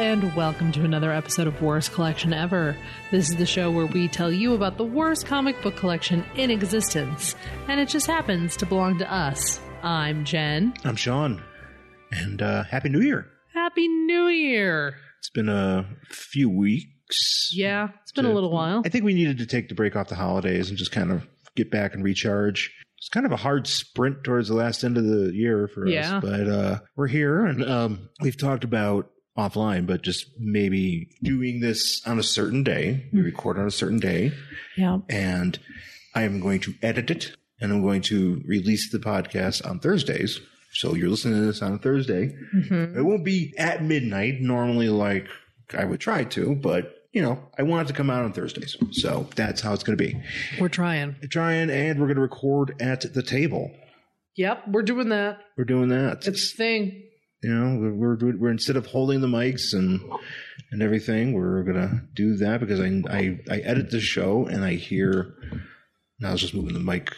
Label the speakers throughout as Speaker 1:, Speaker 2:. Speaker 1: and welcome to another episode of Worst Collection Ever. This is the show where we tell you about the worst comic book collection in existence, and it just happens to belong to us. I'm Jen.
Speaker 2: I'm Sean, and uh, Happy New Year.
Speaker 1: Happy New Year!
Speaker 2: It's been a few weeks.
Speaker 1: Yeah, it's been a little while.
Speaker 2: I think we needed to take the break off the holidays and just kind of get back and recharge. It's kind of a hard sprint towards the last end of the year for
Speaker 1: Yeah.
Speaker 2: us, but uh, we're here and um, we've talked about offline, but just maybe doing this on a certain day.
Speaker 1: Hmm.
Speaker 2: We record on a certain day,
Speaker 1: Yeah.
Speaker 2: and I am going to edit it and I'm going to release the podcast on Thursdays. So you're listening to this on a Thursday.
Speaker 1: Mm-hmm.
Speaker 2: It won't be at midnight, normally, like I would try to, but you know, I want it to come out on Thursdays. So that's how it's going to be.
Speaker 1: We're trying.
Speaker 2: We're Trying, and we're going to record at the table.
Speaker 1: Yep, we're doing that.
Speaker 2: We're doing that.
Speaker 1: It's a thing.
Speaker 2: you know, we're, we're doing- we're instead of holding the mics and and everything, we're gonna do that because I I, I edit the show and I hear. Now I was just moving the mic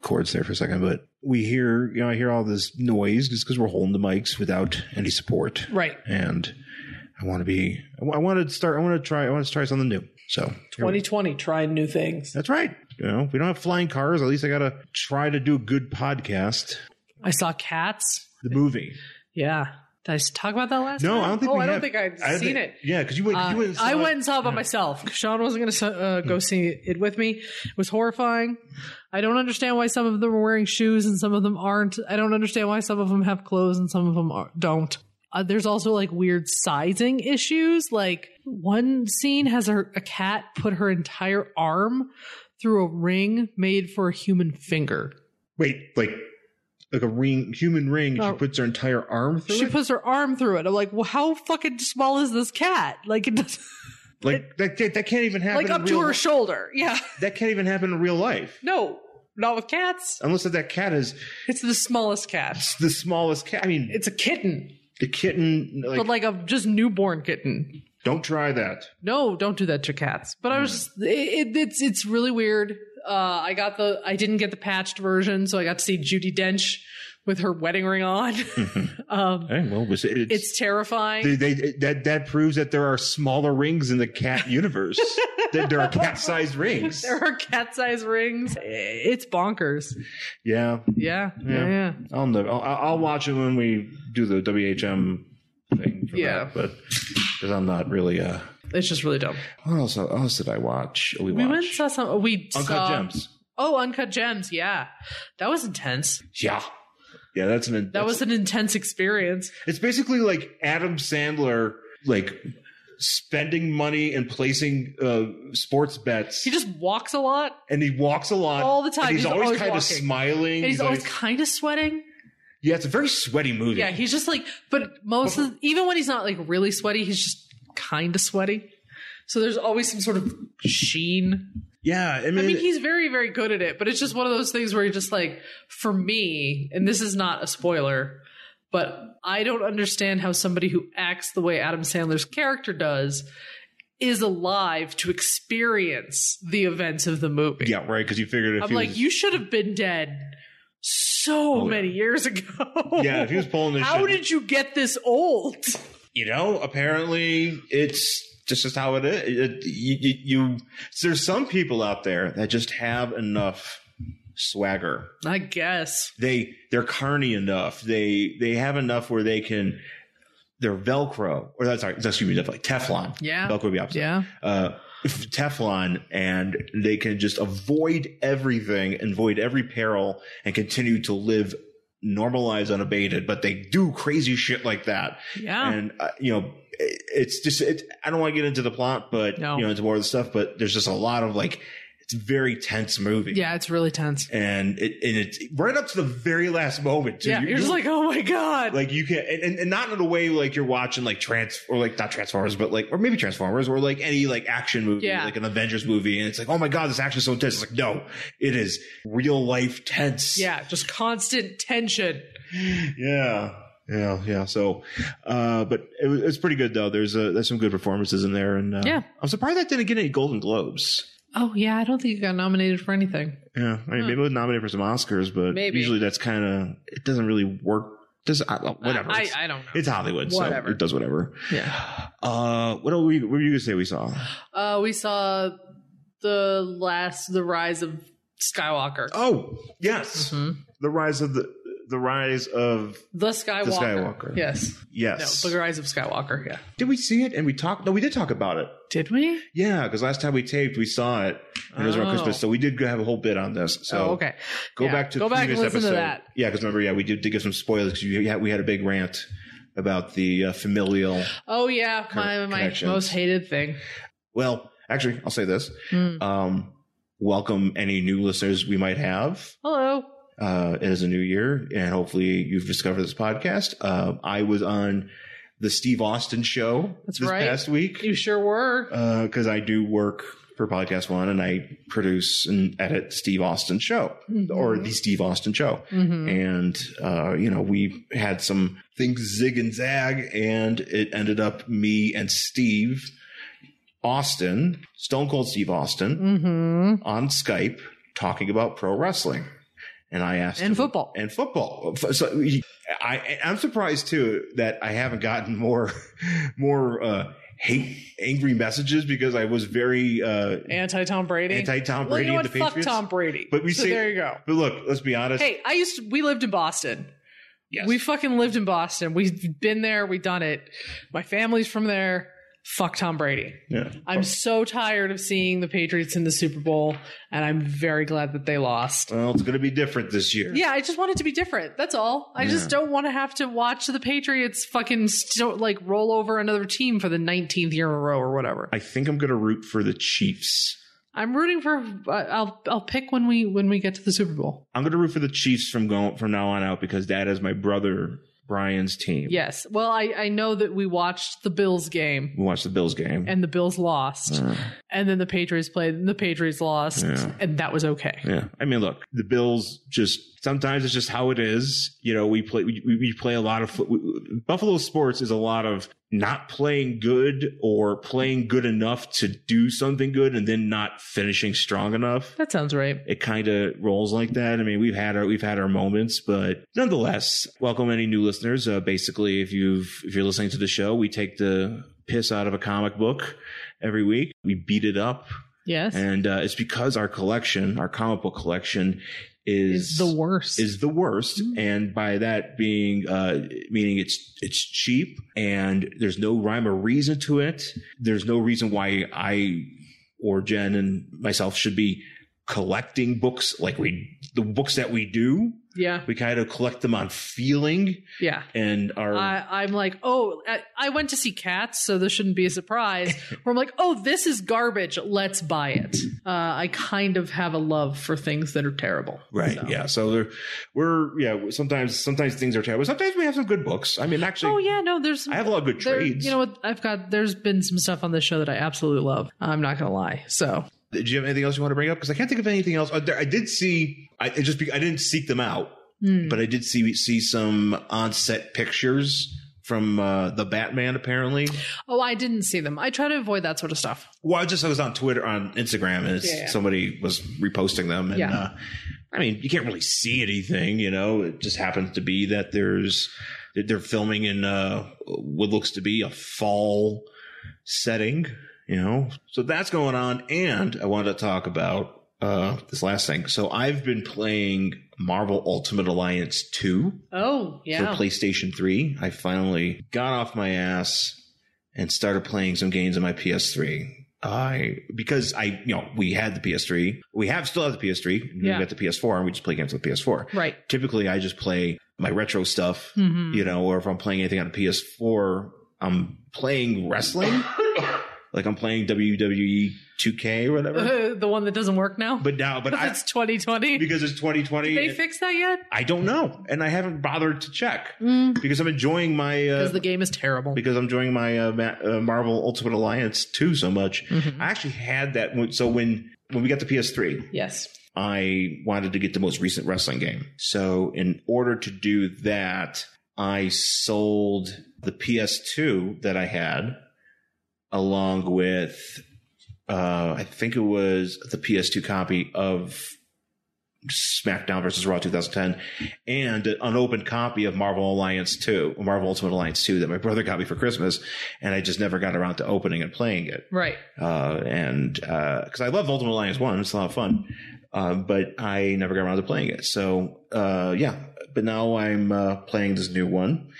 Speaker 2: cords there for a second, but we hear you know I hear all this noise just because we're holding the mics without any support,
Speaker 1: Right.
Speaker 2: and I want to be I, want to start I want to try I want to try something new. So here we-
Speaker 3: 2020, trying new things.
Speaker 2: that's right. You know, if we don't have flying cars. At least I gotta try to do a good podcast.
Speaker 1: I saw cats.
Speaker 2: The movie.
Speaker 1: Yeah. Did I talk about that last
Speaker 2: No,
Speaker 1: time?
Speaker 2: I don't think.
Speaker 3: Oh,
Speaker 2: we
Speaker 3: I don't
Speaker 2: have-
Speaker 3: think I've
Speaker 2: I don't
Speaker 3: seen
Speaker 2: think-
Speaker 3: it.
Speaker 2: Yeah, because you went. you
Speaker 1: Uh,
Speaker 2: went and saw
Speaker 1: I
Speaker 2: it.
Speaker 1: went and saw it by myself. Sean wasn't going to uh, go see it with me. It was horrifying. I don't understand why some of them are wearing shoes and some of them aren't. I don't understand why some of them have clothes and some of them are, don't. Uh, there's also like weird sizing issues. Like one scene has her, a cat put her entire arm through a ring made for a human finger.
Speaker 2: Wait, like like a ring, human ring.
Speaker 1: Oh.
Speaker 2: She puts her entire arm through
Speaker 1: She
Speaker 2: it.
Speaker 1: puts her arm through it. I'm like, well, how fucking small is this cat? Like it does,
Speaker 2: like that, that. that can't even happen.
Speaker 3: Like
Speaker 2: in
Speaker 3: up to
Speaker 2: real
Speaker 3: her
Speaker 2: li-
Speaker 3: shoulder. Yeah.
Speaker 2: That can't even happen in real life,
Speaker 3: No, not with cats.
Speaker 2: unless that, that cat is
Speaker 3: It's the smallest cat.
Speaker 2: the smallest cat. I mean,
Speaker 3: It's a kitten.
Speaker 2: the kitten. Like,
Speaker 1: but like a just newborn kitten.
Speaker 2: don't try that.
Speaker 1: no, don't do that to cats. But I was just, it, it, it's it's really weird. Uh, I got the I didn't get the patched version, so I got to see Judy Dench with her wedding ring on. um,
Speaker 2: Hey, well, it's, it's,
Speaker 1: it's terrifying.
Speaker 2: they, they, that that proves that there are smaller rings in the cat universe. that there are cat-sized rings.
Speaker 1: there are cat size rings. It's bonkers.
Speaker 2: Yeah,
Speaker 1: Yeah, yeah,
Speaker 2: Yeah.
Speaker 1: yeah.
Speaker 2: I'll know. I'll, I'll watch it when we do the WHM thing. For
Speaker 1: Yeah.
Speaker 2: that, but because I'm not really. Uh,
Speaker 1: It's just really dumb.
Speaker 2: what else? What else did I watch? We,
Speaker 1: We
Speaker 2: watched
Speaker 1: went and saw some. We
Speaker 2: Uncut
Speaker 1: saw,
Speaker 2: Gems.
Speaker 1: Oh, uncut gems. Yeah, that was intense.
Speaker 2: Yeah. Yeah, that's an
Speaker 1: That was an intense experience.
Speaker 2: It's basically like Adam Sandler like spending money and placing uh sports bets
Speaker 1: He just walks a lot,
Speaker 2: and he walks a lot
Speaker 1: All the time.
Speaker 2: and he's,
Speaker 1: He's
Speaker 2: always,
Speaker 1: always
Speaker 2: kind
Speaker 1: walking.
Speaker 2: of smiling
Speaker 1: and he's, always
Speaker 2: always-
Speaker 1: kind of sweating.
Speaker 2: yeah it's a very sweaty movie
Speaker 1: Yeah, he's just like, but most of even when he's not like really sweaty, he's just kind of sweaty. So there's always some sort of sheen.
Speaker 2: yeah i mean,
Speaker 1: I mean, he's very, very good at it, but it's just one of those things where you're just like, for me, and this is not a spoiler, but I don't understand how somebody who acts the way Adam Sandler's character does is alive to experience the events of the movie.
Speaker 2: yeah right because you figured if
Speaker 1: I'm
Speaker 2: he
Speaker 1: like,
Speaker 2: was, Oh,
Speaker 1: you should have been dead so
Speaker 2: yeah.
Speaker 1: many years ago.
Speaker 2: yeah if he was pulling this
Speaker 1: How
Speaker 2: shit,
Speaker 1: did you get this old?
Speaker 2: you know apparently it's just just how it is it, you, you, you there's some people out there that just have enough swagger
Speaker 1: I guess.
Speaker 2: they they're carny enough. They they have enough where they can they're Velcro or that's sorry, excuse me, that's like Teflon.
Speaker 1: Yeah.
Speaker 2: Velcro would be opposite.
Speaker 1: Yeah.
Speaker 2: Uh, Teflon, and they can just avoid everything, and avoid every peril, and continue to live normal lives unabated. But they do crazy shit like that,
Speaker 1: Yeah.
Speaker 2: and uh, you know. it- It's just it, I don't want to get into the plot, but
Speaker 1: No.
Speaker 2: you know into more of the stuff. But there's just a lot of like it's a very tense movie
Speaker 1: yeah, it's really tense.
Speaker 2: and it and it's right up to the very last moment too.
Speaker 1: yeah. You're, just like, oh my God.
Speaker 2: like you can and, and, and not in a way like you're watching like trans or like not Transformers, but like or maybe Transformers or like any like action movie,
Speaker 1: Yeah.
Speaker 2: like an Avengers movie, and it's like, oh my god, this action is so tense. It's like, no, it is real life tense.
Speaker 1: yeah. Just constant tension.
Speaker 2: Yeah. Yeah, yeah. So, uh, but it was, it's pretty good though. There's uh there's some good performances in there, and uh,
Speaker 1: Yeah.
Speaker 2: I'm surprised that didn't get any Golden Globes.
Speaker 1: Oh, yeah. I don't think it got nominated for anything.
Speaker 2: Yeah, I mean, maybe it was nominated for some Oscars, but
Speaker 1: Maybe.
Speaker 2: usually that's kind of it doesn't really work Does I, oh, whatever.
Speaker 1: I,
Speaker 2: it's,
Speaker 1: I don't know.
Speaker 2: it's Hollywood,
Speaker 1: Whatever.
Speaker 2: so it does whatever.
Speaker 1: yeah.
Speaker 2: Uh, what were you, what were you gonna say we saw?
Speaker 1: Uh, we saw the last, the rise of Skywalker.
Speaker 2: Oh, yes,
Speaker 1: Mhm.
Speaker 2: the rise of the the rise of
Speaker 1: The Skywalker.
Speaker 2: the Skywalker.
Speaker 1: Yes.
Speaker 2: Yes.
Speaker 1: No, the rise of Skywalker. Yeah.
Speaker 2: did we see it? And we talked. No, we did talk about it.
Speaker 1: Did we?
Speaker 2: Yeah, because last time we taped, we saw it, and it was around
Speaker 1: Oh.
Speaker 2: Christmas, so we did go have a whole bit on this. So
Speaker 1: oh, okay.
Speaker 2: go
Speaker 1: Yeah.
Speaker 2: back to
Speaker 1: Go
Speaker 2: the
Speaker 1: back and
Speaker 2: previous
Speaker 1: listen to
Speaker 2: episode.
Speaker 1: that.
Speaker 2: Yeah, because remember, yeah, we did, did give some spoilers because yeah, we had a big rant about the uh, familial.
Speaker 1: Oh yeah,
Speaker 2: Cor-
Speaker 1: my my
Speaker 2: connections.
Speaker 1: most hated thing.
Speaker 2: Well, actually, I'll say this.
Speaker 1: Hmm.
Speaker 2: Um, welcome any new listeners we might have.
Speaker 1: Hello.
Speaker 2: uh, it is a new year, and hopefully you've discovered this podcast. Uh, I was on the Steve Austin show
Speaker 1: That's
Speaker 2: this
Speaker 1: right.
Speaker 2: past week
Speaker 1: You sure were.
Speaker 2: because I do work for Podcast One, and I produce and edit Steve Austin show Mm-hmm. or
Speaker 1: Mm-hmm.
Speaker 2: the Steve Austin show.
Speaker 1: Mhm.
Speaker 2: And uh, you know, we had some things zig and zag, and it ended up me and Steve Austin, Stone Cold Steve Austin,
Speaker 1: Mhm.
Speaker 2: on Skype talking about pro wrestling. And I asked
Speaker 1: And
Speaker 2: him-
Speaker 1: football.
Speaker 2: and football. So he- I, I'm surprised too that I haven't gotten more, more uh, hate, angry messages because I was very uh,
Speaker 1: Anti Tom Brady.
Speaker 2: anti Tom
Speaker 1: well,
Speaker 2: Brady
Speaker 1: you know
Speaker 2: and
Speaker 1: what?
Speaker 2: the
Speaker 1: Fuck
Speaker 2: Patriots.
Speaker 1: Tom Brady.
Speaker 2: But we
Speaker 1: so
Speaker 2: say-
Speaker 1: there you go.
Speaker 2: But look, let's be honest.
Speaker 1: Hey, I used to, we lived in Boston.
Speaker 2: yes.
Speaker 1: We fucking lived in Boston. We've been there. We've done it. My family's from there. Fuck Tom Brady.
Speaker 2: yeah.
Speaker 1: I'm so tired of seeing the Patriots in the Super Bowl, and I'm very glad that they lost.
Speaker 2: well, it's going to be different this year.
Speaker 1: Yeah, I just want it to be different. That's all. I just don't want to have to watch the Patriots fucking st- like roll over another team for the 19th year in a row or whatever.
Speaker 2: I think I'm going to root for the Chiefs.
Speaker 1: I'm rooting for. I- I'll I'll pick when we when we get to the Super Bowl.
Speaker 2: I'm going to root for the Chiefs from going from now on out because that is my brother Brian's team.
Speaker 1: Yes. Well, I I know that we watched the Bills game
Speaker 2: We watched the Bills game. Uh,
Speaker 1: and the Bills lost, and then the Patriots played and the Patriots lost,
Speaker 2: Yeah.
Speaker 1: and that was okay.
Speaker 2: Yeah, I mean, look, the Bills just sometimes it's just how it is. You know, we play we, we play a lot of foot. Buffalo sports is a lot of not playing good or playing good enough to do something good and then not finishing strong enough.
Speaker 1: That sounds right.
Speaker 2: It kind of rolls like that. I mean, we've had our we've had our moments, but nonetheless, welcome any new listeners. Uh, basically, if you've if you're listening to the show, we take the piss out of a comic book every week. We beat it up.
Speaker 1: Yes.
Speaker 2: And uh, it's because our collection, our comic book collection, is
Speaker 1: Is the worst. Mm-hmm.
Speaker 2: is the worst. And by that being uh, meaning it's it's cheap and there's no rhyme or reason to it. There's no reason why I or Jen and myself should be collecting books like we the books that we do.
Speaker 1: yeah.
Speaker 2: We kind of collect them on feeling
Speaker 1: Yeah.
Speaker 2: and our
Speaker 1: I, I'm like, oh, I, I went to see Cats, so this shouldn't be a surprise. Where I'm like, oh, this is garbage. Let's buy it. Uh, I kind of have a love for things that are terrible.
Speaker 2: Right.
Speaker 1: So.
Speaker 2: Yeah. So there, we're yeah. Sometimes sometimes things are terrible. Sometimes we have some good books. I mean, actually,
Speaker 1: Oh yeah, no, there's.
Speaker 2: I have a lot of good
Speaker 1: there,
Speaker 2: trades.
Speaker 1: you know what? I've got. There's been some stuff on this show that I absolutely love. I'm not gonna lie. So
Speaker 2: Do you have anything else you want to bring up? Because I can't think of anything else. Uh, there- I did see. I it just. be- I didn't seek them out,
Speaker 1: hmm.
Speaker 2: but I did see see some on set pictures from uh, the Batman. Apparently,
Speaker 1: oh, I didn't see them. I try to avoid that sort of stuff.
Speaker 2: well, I just I was on Twitter on Instagram, and it's,
Speaker 1: Yeah, yeah.
Speaker 2: somebody was reposting them. And
Speaker 1: Yeah.
Speaker 2: uh, I mean, you can't really see anything. You know, it just happens to be that there's that they're filming in uh, what looks to be a fall setting. You know, so that's going on, and I wanted to talk about uh, this last thing. So I've been playing Marvel Ultimate Alliance two
Speaker 1: Oh yeah.
Speaker 2: for PlayStation 3. I finally got off my ass and started playing some games on my PS3. I because I you know we had the PS3, we have still have the PS3. and
Speaker 1: Yeah.
Speaker 2: We got the PS4, and we just play games on the PS4.
Speaker 1: right.
Speaker 2: Typically, I just play my retro stuff,
Speaker 1: hmm
Speaker 2: you know, or if I'm playing anything on a PS4, I'm playing wrestling, like I'm playing WWE 2K or whatever.
Speaker 1: Uh, the one that doesn't work now.
Speaker 2: But now, but I,
Speaker 1: it's 2020.
Speaker 2: because it's 2020,
Speaker 1: they
Speaker 2: and
Speaker 1: fix that yet?
Speaker 2: I don't know, and I haven't bothered to check
Speaker 1: Because
Speaker 2: because I'm enjoying my uh,
Speaker 1: the game is terrible.
Speaker 2: Mm. because I'm enjoying my uh, Ma- uh, Marvel Ultimate Alliance 2 so much.
Speaker 1: Mhm.
Speaker 2: I actually had that. When, so when when we got the PS3,
Speaker 1: Yes.
Speaker 2: I wanted to get the most recent wrestling game. So in order to do that, I sold the PS2 that I had along with uh, I think it was the PS2 copy of SmackDown versus Raw 2010, and an unopened copy of Marvel Alliance 2, Marvel Ultimate Alliance 2 that my brother got me for Christmas, and I just never got around to opening and playing it
Speaker 3: Right.
Speaker 2: uh, and because I love Ultimate Alliance One, it's a lot of fun, uh, but I never got around to playing it. So uh, yeah, but now I'm uh, playing this new one,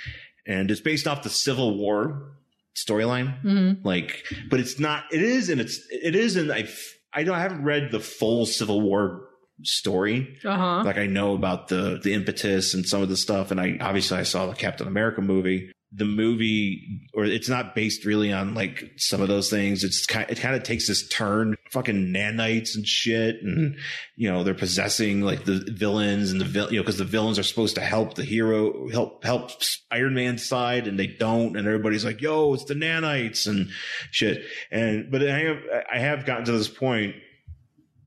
Speaker 2: and it's based off the Civil War storyline.
Speaker 3: Mm-hmm.
Speaker 2: Like, but it's not. It is, and it's it is, and I I don't I haven't read the full Civil War story
Speaker 3: Uh
Speaker 1: Uh-huh.
Speaker 3: huh.
Speaker 2: like I know about the the impetus and some of the stuff, and I obviously I saw the Captain America movie. The movie, or it's not based really on like some of those things. It's kind, it kind of takes this turn, fucking nanites and shit, and you know they're possessing like the villains and the vil- you know because the villains are supposed to help the hero, help help Iron Man's side, and they don't, and everybody's like, yo, it's the nanites and shit, and but I have I have gotten to this point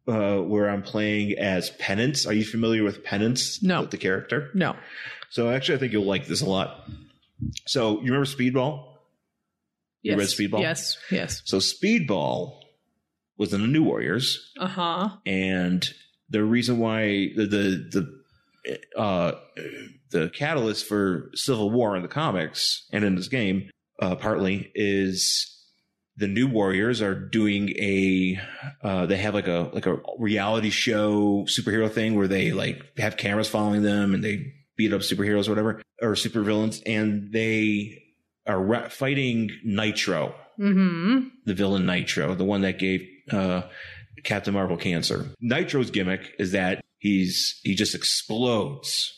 Speaker 2: uh, where I'm playing as Penance. Are you familiar with Penance?
Speaker 1: No.
Speaker 2: The character.
Speaker 1: No.
Speaker 2: So actually, I think you'll like this a lot. So you remember Speedball? You
Speaker 1: Yes.
Speaker 2: read Speedball?
Speaker 1: Yes. Yes.
Speaker 2: So Speedball was in the New Warriors,
Speaker 3: Uh
Speaker 1: Uh-huh.
Speaker 3: huh.
Speaker 2: and the reason why the the the, uh, the catalyst for Civil War in the comics and in this game, uh, partly is the New Warriors are doing a uh, they have like a like a reality show superhero thing where they like have cameras following them and they beat up superheroes or whatever or supervillains and they are re- fighting Nitro
Speaker 1: Mm-hmm.
Speaker 3: Mm
Speaker 2: the villain Nitro, the one that gave uh, Captain Marvel cancer. Nitro's gimmick is that he's he just explodes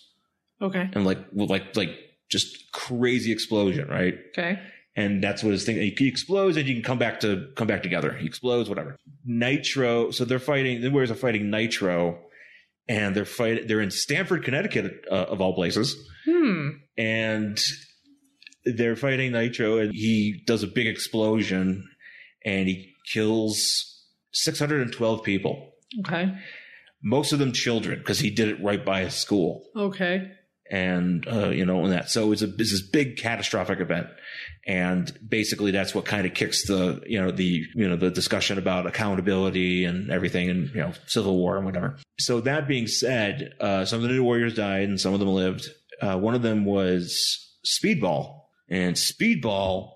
Speaker 1: Okay.
Speaker 2: and like well, like like just crazy explosion, right?
Speaker 1: Okay.
Speaker 2: And that's what his thing. He explodes, and you can come back to come back together. He explodes, whatever. Nitro. So they're fighting. The Warriors are fighting Nitro, and they're fight. They're in Stamford, Connecticut, uh, of all places
Speaker 3: hmm. Hmm.
Speaker 2: and they're fighting Nitro, and he does a big explosion, and he kills 612 people,
Speaker 1: Okay.
Speaker 2: most of them children, because he did it right by a school,
Speaker 1: Okay.
Speaker 2: and uh, you know, and that. So it's a it's this big catastrophic event, and basically that's what kind of kicks the you know the you know the discussion about accountability and everything, and you know civil war and whatever. So that being said, uh, some of the new warriors died, and some of them lived. Uh, one of them was Speedball, and Speedball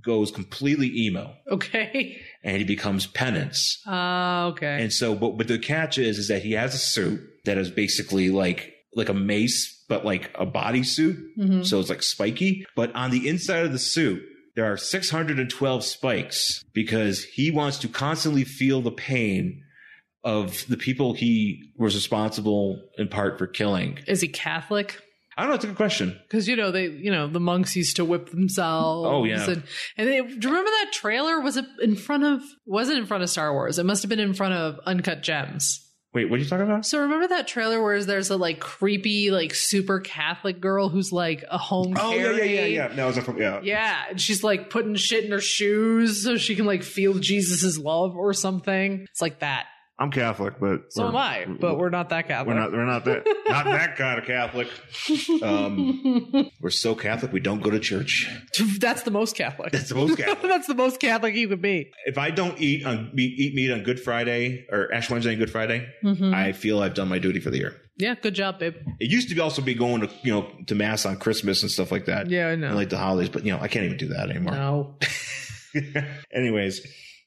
Speaker 2: goes completely emo,
Speaker 1: Okay.
Speaker 2: and he becomes penance.
Speaker 1: Uh, okay.
Speaker 2: And so, but but the catch is, is that he has a suit that is basically like like a mace, but like a bodysuit.
Speaker 1: Mhm.
Speaker 2: So it's like spiky. But on the inside of the suit, there are 612 spikes because he wants to constantly feel the pain of the people he was responsible in part for killing.
Speaker 1: Is he Catholic?
Speaker 2: I don't know. It's a good question.
Speaker 1: Because you know they, you know the monks used to whip themselves.
Speaker 2: Oh, yeah.
Speaker 1: and, and they, do you remember that trailer? Was it in front of? Wasn't in front of Star Wars. It must have been in front of Uncut Gems.
Speaker 2: Wait, what are you talking about?
Speaker 1: So remember that trailer where there's a like creepy, like super Catholic girl who's like a home.
Speaker 2: Oh,
Speaker 1: fairy?
Speaker 2: No, it's from, yeah.
Speaker 1: Yeah, and she's like putting shit in her shoes so she can like feel Jesus's love or something. It's like that.
Speaker 2: I'm Catholic, but
Speaker 1: So am I, but we're not that Catholic.
Speaker 2: mm, We're not that not that kind of Catholic. Um, we're so Catholic we don't go to church.
Speaker 1: That's the most Catholic.
Speaker 2: That's the most Catholic.
Speaker 1: That's the most Catholic you could be.
Speaker 2: if I don't eat on meat, eat meat on Good Friday or Ash Wednesday and Good Friday,
Speaker 1: Mm-hmm.
Speaker 2: I feel I've done my duty for the year.
Speaker 1: Yeah, good job, babe.
Speaker 2: It used to be also be going to you know to mass on Christmas and stuff like that.
Speaker 1: Yeah, I
Speaker 2: And
Speaker 1: know.
Speaker 2: like the holidays, but you know I can't even do that anymore.
Speaker 1: No.
Speaker 2: Anyways,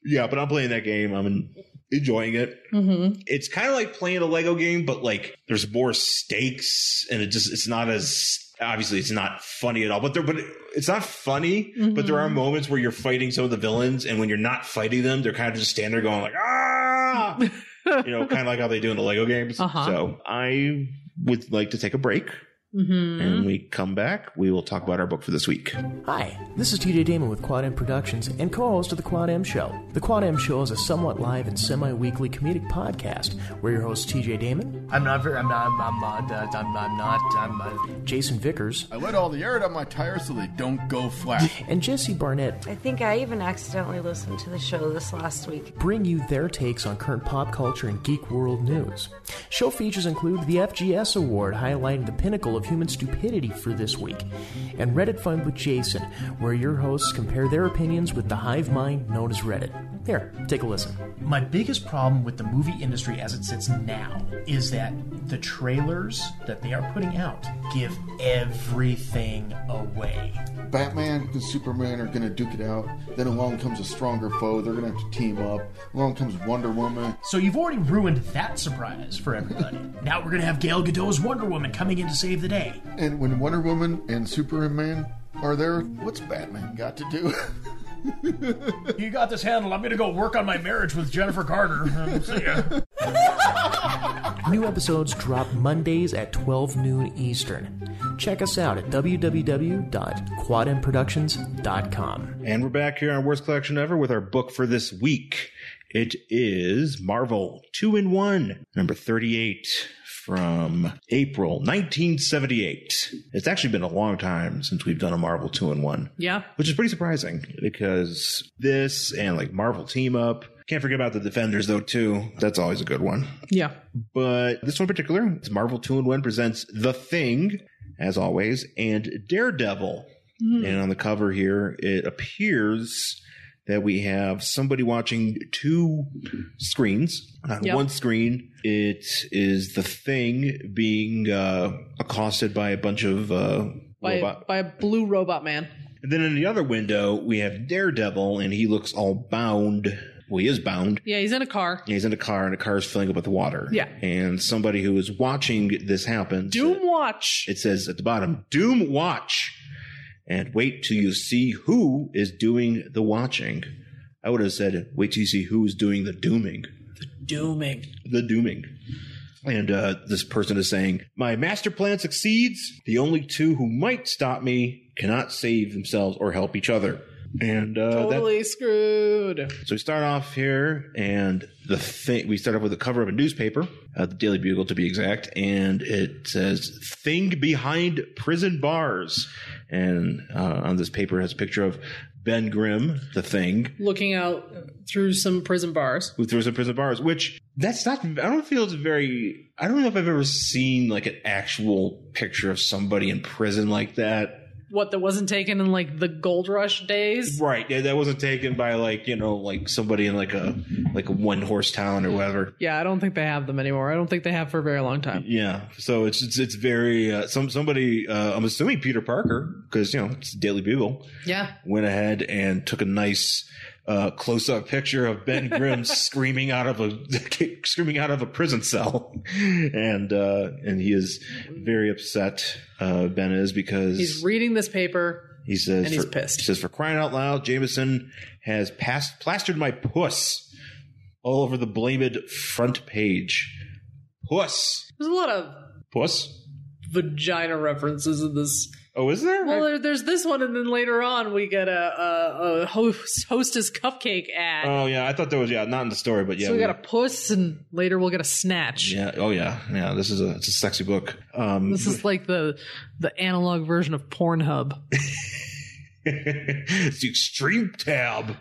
Speaker 2: yeah, but I'm playing that game. I'm enjoying it.
Speaker 1: Mm-hmm.
Speaker 2: It's kind of like playing a Lego game, but like there's more stakes, and it just it's not as obviously it's not funny at all. But there, but it's not funny. But there are
Speaker 1: Mm-hmm.
Speaker 2: moments where you're fighting some of the villains, and when you're not fighting them, they're kind of just standing there going like ah, you know, kind of like how they do in the Lego games.
Speaker 1: Uh-huh.
Speaker 2: So I would like to take a break, and
Speaker 1: Mm-hmm.
Speaker 2: when we come back, we will talk about our book for this week.
Speaker 4: Hi, this is TJ Damon with Quad M Productions and co host of The Quad M Show. The Quad M Show is a somewhat live and semi weekly comedic podcast. We're your hosts, TJ Damon. I'm not very, I'm not, I'm, I'm not, uh, I'm, I'm not, I'm uh, Jason Vickers,
Speaker 5: I let all the air out of my tires so they don't go flat.
Speaker 4: and Jesse Barnett.
Speaker 6: I think I even accidentally listened to the show this last week.
Speaker 4: Bring you their takes on current pop culture and geek world news. Show features include the FGS Award, highlighting the pinnacle of human stupidity for this week, and Reddit Fun with Jason, where your hosts compare their opinions with the hive mind known as Reddit. Here, take a listen. My biggest problem with the movie industry as it sits now is that the trailers that they are putting out give everything away.
Speaker 5: Batman and Superman are gonna duke it out. Then along comes a stronger foe. They're gonna have to team up. Along comes Wonder Woman.
Speaker 4: So you've already ruined that surprise for everybody. now we're going to have Gail Godot's Wonder Woman coming in to save the day.
Speaker 5: And when Wonder Woman and Superman are there, what's Batman got to do?
Speaker 4: You got this handled. I'm going to go work on my marriage with Jennifer Carter. See ya. New episodes drop Mondays at 12 noon Eastern. Check us out at www.quadmproductions.com.
Speaker 2: And we're back here on Worst Collection Ever with our book for this week. It is Marvel 2 in 1, number 38 from April 1978. It's actually been a long time since we've done a Marvel 2 in 1,
Speaker 1: Yeah.
Speaker 2: which is pretty surprising because this and like Marvel Team Up. Can't forget about the Defenders though, too. That's always a good one.
Speaker 1: Yeah.
Speaker 2: But this one in particular, it's Marvel 2 and 1 presents The Thing, as always, and Daredevil.
Speaker 1: Mm-hmm.
Speaker 2: And on the cover here, it appears that we have somebody watching two screens. On
Speaker 1: Yep.
Speaker 2: one screen, it is The Thing being uh, accosted by a bunch of uh,
Speaker 1: By
Speaker 2: robot.
Speaker 1: by a blue robot man.
Speaker 2: And then in the other window, we have Daredevil, and he looks all bound. Well, he is bound
Speaker 1: Yeah, he's in a car.
Speaker 2: and he's in a car, and the car is filling up with water.
Speaker 1: Yeah.
Speaker 2: And somebody who is watching this happen.
Speaker 1: Doom Watch.
Speaker 2: It says at the bottom, Doom Watch. And wait till you see who is doing the watching. I would have said, wait till you see who is doing the dooming.
Speaker 1: Dooming.
Speaker 2: The dooming. And uh, this person is saying, My master plan succeeds. The only two who might stop me cannot save themselves or help each other. And uh, that-
Speaker 1: Totally screwed.
Speaker 2: so we start off here, and the thing we start off with the cover of a newspaper, uh, the Daily Bugle to be exact, and it says "Thing behind prison bars," and uh, on this paper it has a picture of Ben Grimm, the Thing,
Speaker 1: Looking out through some prison bars.
Speaker 2: who throws in prison bars. Which that's not. I don't feel it's very. I don't know if I've ever seen like an actual picture of somebody in prison like that.
Speaker 1: What that wasn't taken in like the gold rush days.
Speaker 2: Right, yeah, that wasn't taken by like you know like somebody in like a like a one horse town or whatever.
Speaker 1: Yeah, I don't think they have them anymore. I don't think they have for a very long time.
Speaker 2: Yeah, so it's it's, it's very uh, some somebody uh, I'm assuming Peter Parker because you know it's Daily Bugle
Speaker 1: Yeah.
Speaker 2: went ahead and took a nice uh, close up picture of Ben Grimm screaming out of a screaming out of a prison cell, and uh, and he is very upset. Uh, ben is because
Speaker 1: He's reading this paper.
Speaker 2: he says
Speaker 1: and he's
Speaker 2: for-
Speaker 1: pissed.
Speaker 2: He says for crying out loud, Jameson has passed plastered my puss all over the blamed front page. Puss,
Speaker 1: There's a lot of
Speaker 2: puss.
Speaker 1: vagina references in this.
Speaker 2: Oh, is there?
Speaker 1: Well, there, there's this one, and then later on we get a, a, a host, hostess cupcake ad.
Speaker 2: Oh yeah, I thought that was yeah, not in the story, but yeah.
Speaker 1: so we
Speaker 2: we-
Speaker 1: got a puss, and later we'll get a snatch.
Speaker 2: yeah. Oh yeah, yeah. This is a it's a sexy book. Um,
Speaker 1: This is like the the analog version of Pornhub.
Speaker 2: it's the extreme tab.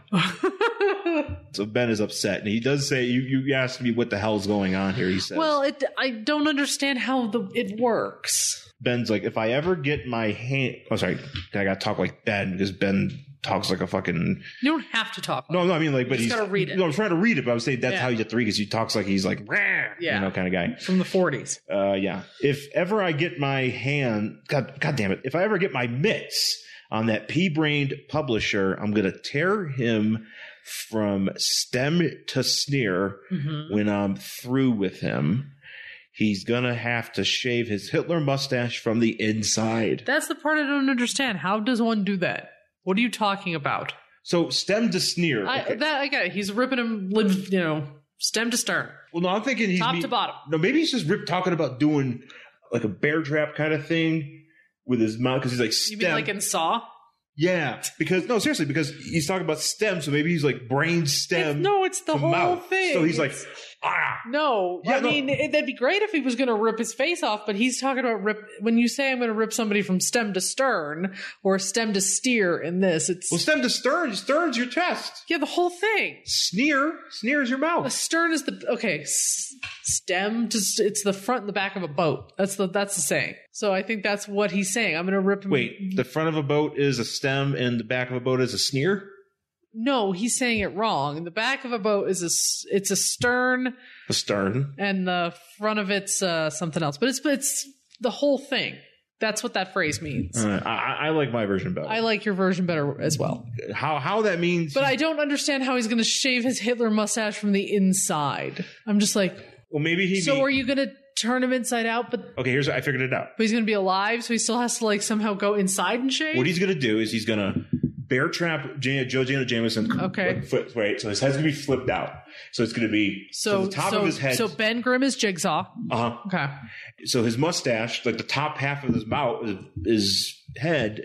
Speaker 2: so Ben is upset, and he does say, "You you asked me what the hell's going on here." He says,
Speaker 1: well, it I don't understand how the it works.
Speaker 2: Ben's like, if I ever get my hand, oh sorry, I got to talk like Ben because Ben talks like a fucking
Speaker 1: You don't have to talk.
Speaker 2: no, no. I mean like, but
Speaker 1: just
Speaker 2: he's
Speaker 1: gotta read it.
Speaker 2: No, I'm trying to read it, but I was saying that's
Speaker 1: Yeah.
Speaker 2: how you have to read because he talks like he's like, yeah, you
Speaker 1: Yeah.
Speaker 2: know, kind of guy.
Speaker 1: from the 40s.
Speaker 2: Uh, yeah. If ever I get my hand, God, God damn it. If I ever get my mitts on that pea brained publisher, I'm going to tear him from stem to sneer
Speaker 1: Mm-hmm.
Speaker 2: when I'm through with him. He's going to have to shave his Hitler mustache from the inside.
Speaker 1: That's the part I don't understand. How does one do that? What are you talking about?
Speaker 2: So, stem to sneer.
Speaker 1: I,
Speaker 2: okay.
Speaker 1: that I get. it. He's ripping him, live, you know, stem to stern,
Speaker 2: well, no, I'm thinking he's
Speaker 1: top
Speaker 2: me-
Speaker 1: to bottom.
Speaker 2: No, maybe he's just rip talking about doing like a bear trap kind of thing with his mouth because he's like
Speaker 1: You
Speaker 2: stem.
Speaker 1: mean like in Saw?
Speaker 2: Yeah, because no, seriously, because he's talking about stem, so maybe he's like brain
Speaker 1: It's-
Speaker 2: stem.
Speaker 1: no, it's the
Speaker 2: to
Speaker 1: whole
Speaker 2: mouth.
Speaker 1: thing.
Speaker 2: So he's like,
Speaker 1: It's-
Speaker 2: ah,
Speaker 1: no.
Speaker 2: Yeah,
Speaker 1: I
Speaker 2: no.
Speaker 1: mean, it, that'd be great if he was going to rip his face off, but he's talking about rip. When you say I'm going to rip somebody from stem to stern or stem to steer in this, it's
Speaker 2: well, stem to stern. Stern's your chest.
Speaker 1: yeah, the whole thing.
Speaker 2: Sneer, sneer is your
Speaker 1: A
Speaker 2: mouth.
Speaker 1: stern is the okay. S- stem to st- it's the front and the back of a boat. That's the that's the saying. So I think that's what he's saying. I'm going to rip him.
Speaker 2: Wait, the front of a boat is a stem, and the back of a boat is a sneer.
Speaker 1: No, he's saying it wrong. The back of a boat is a s- it's a stern,
Speaker 2: The stern.
Speaker 1: and the front of it's uh, something else. But it's but it's the whole thing. That's what that phrase means.
Speaker 2: Uh, I, I like my version better.
Speaker 1: I like your version better as well.
Speaker 2: how how that means?
Speaker 1: But I don't understand how he's going to shave his Hitler mustache from the inside. I'm just like,
Speaker 2: well, maybe he.
Speaker 1: so
Speaker 2: mean-
Speaker 1: are you going to turn him inside out? But
Speaker 2: Okay, here's I figured it out.
Speaker 1: but he's going to be alive, so he still has to like somehow go inside and shave.
Speaker 2: What he's gonna do is he's gonna bear trap Jan- Joe Jana Jameson.
Speaker 1: Okay.
Speaker 2: Foot, right. So his head's gonna be flipped out. So it's gonna be
Speaker 1: so
Speaker 2: so the top
Speaker 1: so,
Speaker 2: of his head.
Speaker 1: so Ben Grimm is Jigsaw.
Speaker 2: uh-huh.
Speaker 1: Okay,
Speaker 2: so his mustache, like the top half of his mouth, his head,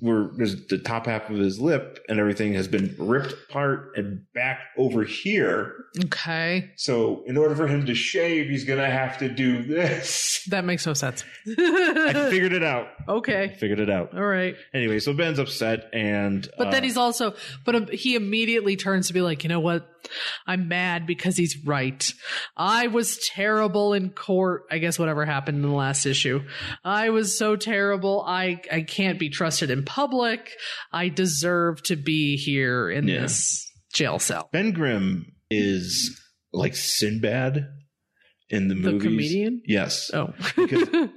Speaker 2: where there's the top half of his lip and everything has been ripped apart and back over here.
Speaker 1: okay,
Speaker 2: So in order for him to shave, he's gonna have to do this.
Speaker 1: that makes no sense.
Speaker 2: I figured it out.
Speaker 1: okay,
Speaker 2: Figured it out.
Speaker 1: all right.
Speaker 2: Anyway, so Ben's upset, and
Speaker 1: But
Speaker 2: uh,
Speaker 1: then he's also, but um, he immediately turns to be like, you know what? I'm mad because he's right. I was terrible in court. I guess whatever happened in the last issue. I was so terrible. I, I can't be trusted in public. I deserve to be here in
Speaker 2: Yeah.
Speaker 1: this jail cell.
Speaker 2: Ben Grimm is like Sinbad in the, movies.
Speaker 1: comedian?
Speaker 2: Yes.
Speaker 1: Oh,
Speaker 2: Because-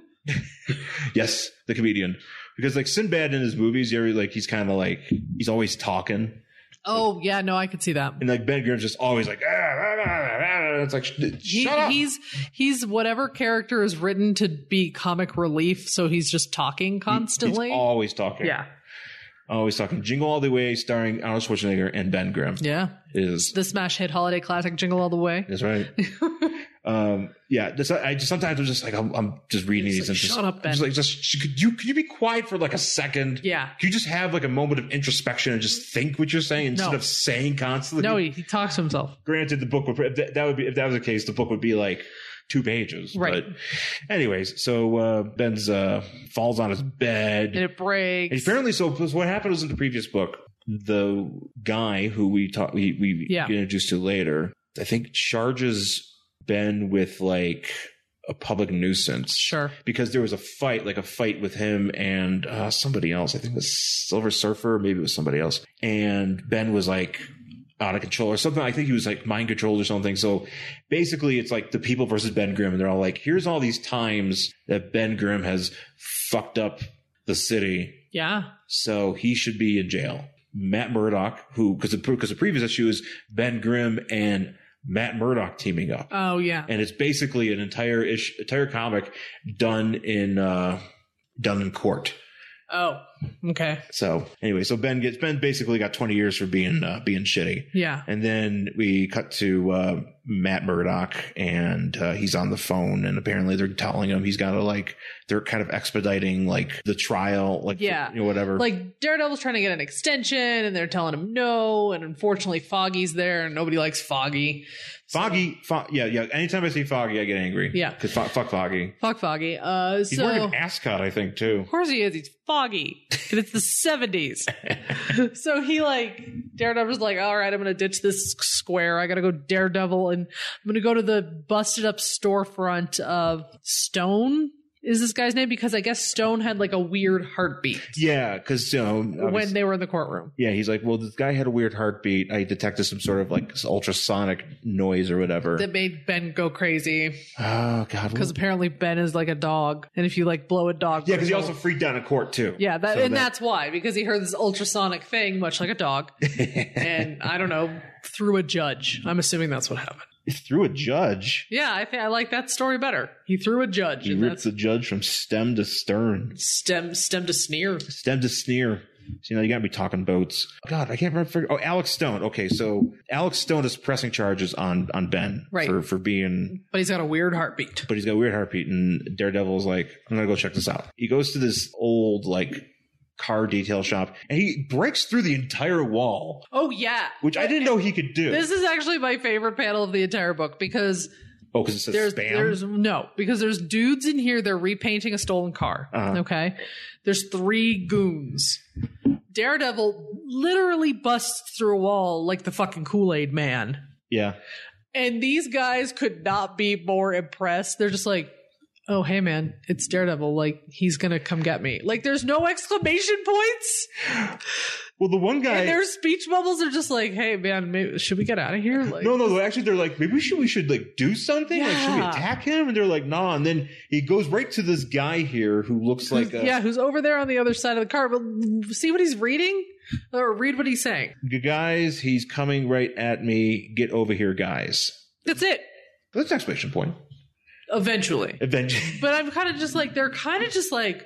Speaker 2: Yes, the comedian. Because like Sinbad in his movies, you're like he's kind of like he's always talking,
Speaker 1: oh yeah, no, I could see that.
Speaker 2: and like Ben Grimm's just always like ah, ah, ah, ah, ah." it's like sh- shut
Speaker 1: He,
Speaker 2: up.
Speaker 1: he's he's whatever character is written to be comic relief, so he's just talking constantly.
Speaker 2: He's always talking.
Speaker 1: yeah,
Speaker 2: always talking. Jingle all the way, starring Arnold Schwarzenegger and Ben Grimm
Speaker 1: yeah.
Speaker 2: is
Speaker 1: the smash hit holiday classic jingle all the way
Speaker 2: is right. um, yeah, this, I just sometimes I'm just like I'm, I'm just reading
Speaker 1: He's
Speaker 2: these and
Speaker 1: like,
Speaker 2: just,
Speaker 1: "Shut up,
Speaker 2: I'm
Speaker 1: Ben."
Speaker 2: just like just sh- could you could you be quiet for like a second?
Speaker 1: yeah
Speaker 2: Can you just have like a moment of introspection and just think what you're saying instead
Speaker 1: No.
Speaker 2: of saying constantly?
Speaker 1: no he, he talks to himself
Speaker 2: granted the book would if that, that would be if that was the case the book would be like two pages
Speaker 1: Right.
Speaker 2: but anyways so uh ben's uh falls on his bed
Speaker 1: and it breaks
Speaker 2: And apparently so 'cause what happened was in the previous book the guy who we talked we, we
Speaker 1: Yeah.
Speaker 2: get introduced to later i think charges ben with like a public nuisance
Speaker 1: sure
Speaker 2: because there was a fight, like a fight with him and uh, somebody else. I think it was Silver Surfer, maybe it was somebody else. And Ben was like out of control or something. I think he was like mind controlled or something. So basically, it's like the people versus Ben Grimm, and they're all like, "Here's all these times that Ben Grimm has fucked up the city,
Speaker 1: yeah
Speaker 2: so he should be in jail." Matt Murdock, who because because the previous issue is Ben Grimm and Matt Murdock teaming up
Speaker 1: oh yeah
Speaker 2: and it's basically an entire ish, entire comic done in uh done in court.
Speaker 1: oh okay
Speaker 2: So anyway, so Ben gets Ben basically got 20 years for being uh, being shitty.
Speaker 1: yeah
Speaker 2: And then we cut to uh, Matt Murdock, and uh, he's on the phone, and apparently they're telling him he's got to like they're kind of expediting like the trial, like
Speaker 1: Yeah.
Speaker 2: you know, whatever.
Speaker 1: like daredevil's trying to get an extension and they're telling him no and unfortunately foggy's there and nobody likes foggy
Speaker 2: Foggy, fo- yeah, yeah. Anytime I see Foggy, I get angry.
Speaker 1: Yeah.
Speaker 2: because fuck Foggy.
Speaker 1: fuck foggy uh
Speaker 2: He's
Speaker 1: so
Speaker 2: wearing an ascot, I think, too.
Speaker 1: Of course he is. He's foggy. And it's the 70s. so he like, Daredevil's like, all right, I'm going to ditch this square. I got to go Daredevil and I'm going to go to the busted up storefront of Stone. Is this guy's name? Because I guess Stone had like a weird heartbeat
Speaker 2: Yeah, because you know
Speaker 1: when they were in the courtroom.
Speaker 2: Yeah, he's like, well, this guy had a weird heartbeat. I detected some sort of like ultrasonic noise or whatever.
Speaker 1: That made Ben go crazy
Speaker 2: oh God,
Speaker 1: because apparently Ben is like a dog, and if you like blow a dog,
Speaker 2: yeah, because he also freaked out in court too.
Speaker 1: yeah, that,
Speaker 2: So
Speaker 1: and
Speaker 2: that-
Speaker 1: that's why because he heard this ultrasonic thing, much like a dog, and I don't know through a judge. I'm assuming that's what happened.
Speaker 2: through a judge.
Speaker 1: Yeah, I think I like that story better. He threw a judge,
Speaker 2: He
Speaker 1: and
Speaker 2: ripped
Speaker 1: that's
Speaker 2: the judge from stem to stern,
Speaker 1: stem stem to sneer.
Speaker 2: stem to sneer. So, you know, you gotta be talking boats. God, I can't remember. Oh, Alex Stone. Okay, so Alex Stone is pressing charges on on Ben
Speaker 1: Right.
Speaker 2: for for being,
Speaker 1: But he's got a weird heartbeat.
Speaker 2: but he's got a weird heartbeat, and Daredevil's like, I'm gonna go check this out. He goes to this old like car detail shop, and he breaks through the entire wall.
Speaker 1: Oh yeah,
Speaker 2: which I didn't know he could do.
Speaker 1: this is actually my favorite panel of the entire book because
Speaker 2: oh, because it says
Speaker 1: there's
Speaker 2: spam.
Speaker 1: there's no because there's dudes in here. They're repainting a stolen car.
Speaker 2: Uh-huh.
Speaker 1: Okay, there's three goons. Daredevil literally busts through a wall like the fucking Kool Aid Man.
Speaker 2: yeah,
Speaker 1: And these guys could not be more impressed. They're just like, oh hey man, it's Daredevil. Like he's gonna come get me. Like there's no exclamation points.
Speaker 2: Well, the one guy.
Speaker 1: And their speech bubbles are just like, hey man, maybe, should we get out of here? Like
Speaker 2: No, no. Actually, they're like, maybe we should we should like do something. Like, should we
Speaker 1: Yeah.
Speaker 2: attack him? And they're like, nah. And then he goes right to this guy here who looks like uh, a
Speaker 1: yeah, who's over there on the other side of the car? But see what he's reading, or read what he's saying.
Speaker 2: "You guys. He's coming right at me. Get over here, guys.
Speaker 1: That's it.
Speaker 2: That's an exclamation point.
Speaker 1: Eventually,
Speaker 2: Eventually,
Speaker 1: but I'm kind of just like they're kind of just like,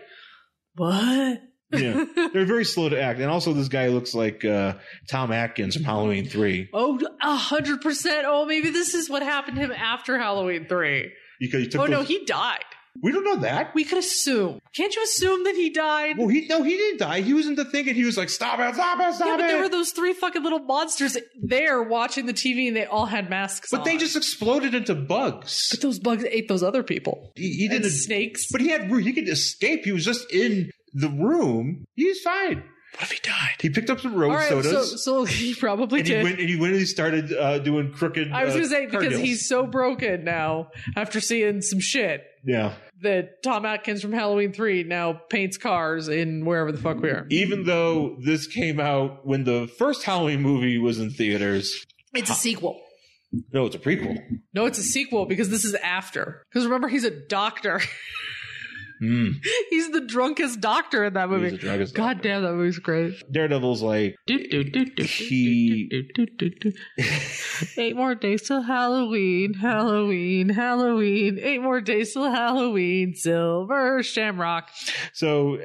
Speaker 1: what?
Speaker 2: yeah. They're very slow to act. And also, this guy looks like uh, Tom Atkins from Halloween Three
Speaker 1: Oh, a hundred percent. Oh, maybe this is what happened to him after Halloween three.
Speaker 2: because he took.
Speaker 1: Oh no,
Speaker 2: those-
Speaker 1: he died.
Speaker 2: we don't know that.
Speaker 1: We could assume. Can't you assume that he died?
Speaker 2: Well, he no, he didn't die. He was in the thing, and he was like, "Stop it! Stop it! Stop
Speaker 1: yeah, but
Speaker 2: it!"
Speaker 1: there were those three fucking little monsters there watching the TV, and they all had masks.
Speaker 2: but they
Speaker 1: on.
Speaker 2: just exploded into bugs.
Speaker 1: But those bugs ate those other people.
Speaker 2: He, he
Speaker 1: And
Speaker 2: didn't.
Speaker 1: snakes.
Speaker 2: But he had room. He could escape. He was just in the room. He's fine. What if he died? He picked up some rose
Speaker 1: All right,
Speaker 2: sodas.
Speaker 1: so so he probably
Speaker 2: and he
Speaker 1: did.
Speaker 2: went and he went and he started uh, doing crooked.
Speaker 1: I was
Speaker 2: uh,
Speaker 1: gonna say because
Speaker 2: cartwheels.
Speaker 1: he's so broken now after seeing some shit
Speaker 2: yeah.
Speaker 1: that Tom Atkins from Halloween three now paints cars in wherever the fuck we are.
Speaker 2: Even though this came out when the first Halloween movie was in theaters,
Speaker 1: It's a sequel.
Speaker 2: no, it's a prequel.
Speaker 1: No, it's a sequel because this is after. Because remember, he's a doctor.
Speaker 2: Mm.
Speaker 1: he's the drunkest doctor in that movie.
Speaker 2: He's a drunkest
Speaker 1: God
Speaker 2: doctor.
Speaker 1: damn, that movie's great.
Speaker 2: Daredevil's like he
Speaker 1: Eight more days till Halloween, Halloween, Halloween. Eight more days till Halloween, Silver Shamrock.
Speaker 2: so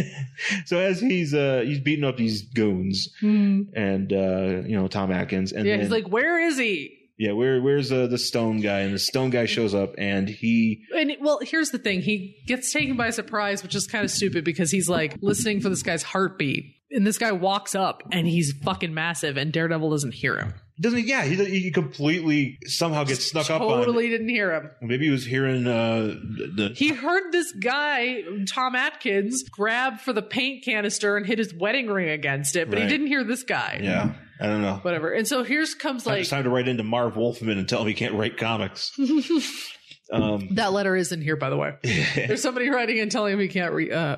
Speaker 2: so as he's uh he's beating up these goons and uh you know Tom Atkins and
Speaker 1: Hmm. Yeah,
Speaker 2: then,
Speaker 1: he's like, where is he?
Speaker 2: yeah where where's uh, the stone guy and the stone guy shows up and he
Speaker 1: And well, here's the thing. He gets taken by surprise, which is kind of stupid because he's like listening for this guy's heartbeat. And this guy walks up and he's fucking massive and Daredevil doesn't hear him.
Speaker 2: doesn't yeah he he completely somehow gets snuck up on
Speaker 1: Totally didn't hear him.
Speaker 2: Maybe he was hearing uh, the.
Speaker 1: He heard this guy, Tom Atkins, grab for the paint canister and hit his wedding ring against it, but
Speaker 2: Right.
Speaker 1: he didn't hear this guy.
Speaker 2: yeah, I don't know.
Speaker 1: Whatever. And so here's comes like
Speaker 2: it's time to write into Marv Wolfman and tell him he can't write comics. um,
Speaker 1: that letter is in here, by the way. There's somebody writing and telling him he can't re- uh,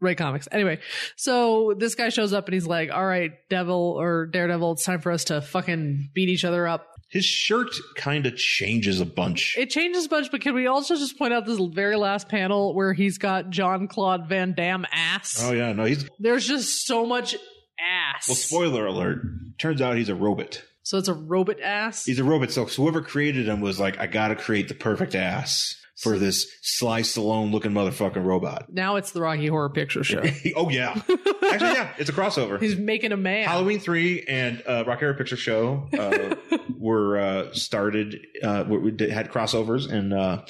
Speaker 1: write comics. Anyway, so this guy shows up and he's like, "All right, Devil or Daredevil, it's time for us to fucking beat each other up."
Speaker 2: his shirt kind of changes a bunch.
Speaker 1: It changes a bunch, but can we also just point out this very last panel where he's got John Claude Van Damme ass?
Speaker 2: oh yeah, no, he's.
Speaker 1: There's just so much ass.
Speaker 2: Well, spoiler alert. Turns out he's a robot.
Speaker 1: so it's a robot ass.
Speaker 2: He's a robot. So whoever created him was like, I gotta create the perfect ass for this Sly Stallone looking motherfucking robot.
Speaker 1: now it's the Rocky Horror Picture Show.
Speaker 2: He- oh yeah, actually yeah, it's a crossover.
Speaker 1: he's making a man.
Speaker 2: Halloween three and uh, Rock Horror Picture Show uh, were uh, started. Uh, were- we did, had crossovers in uh,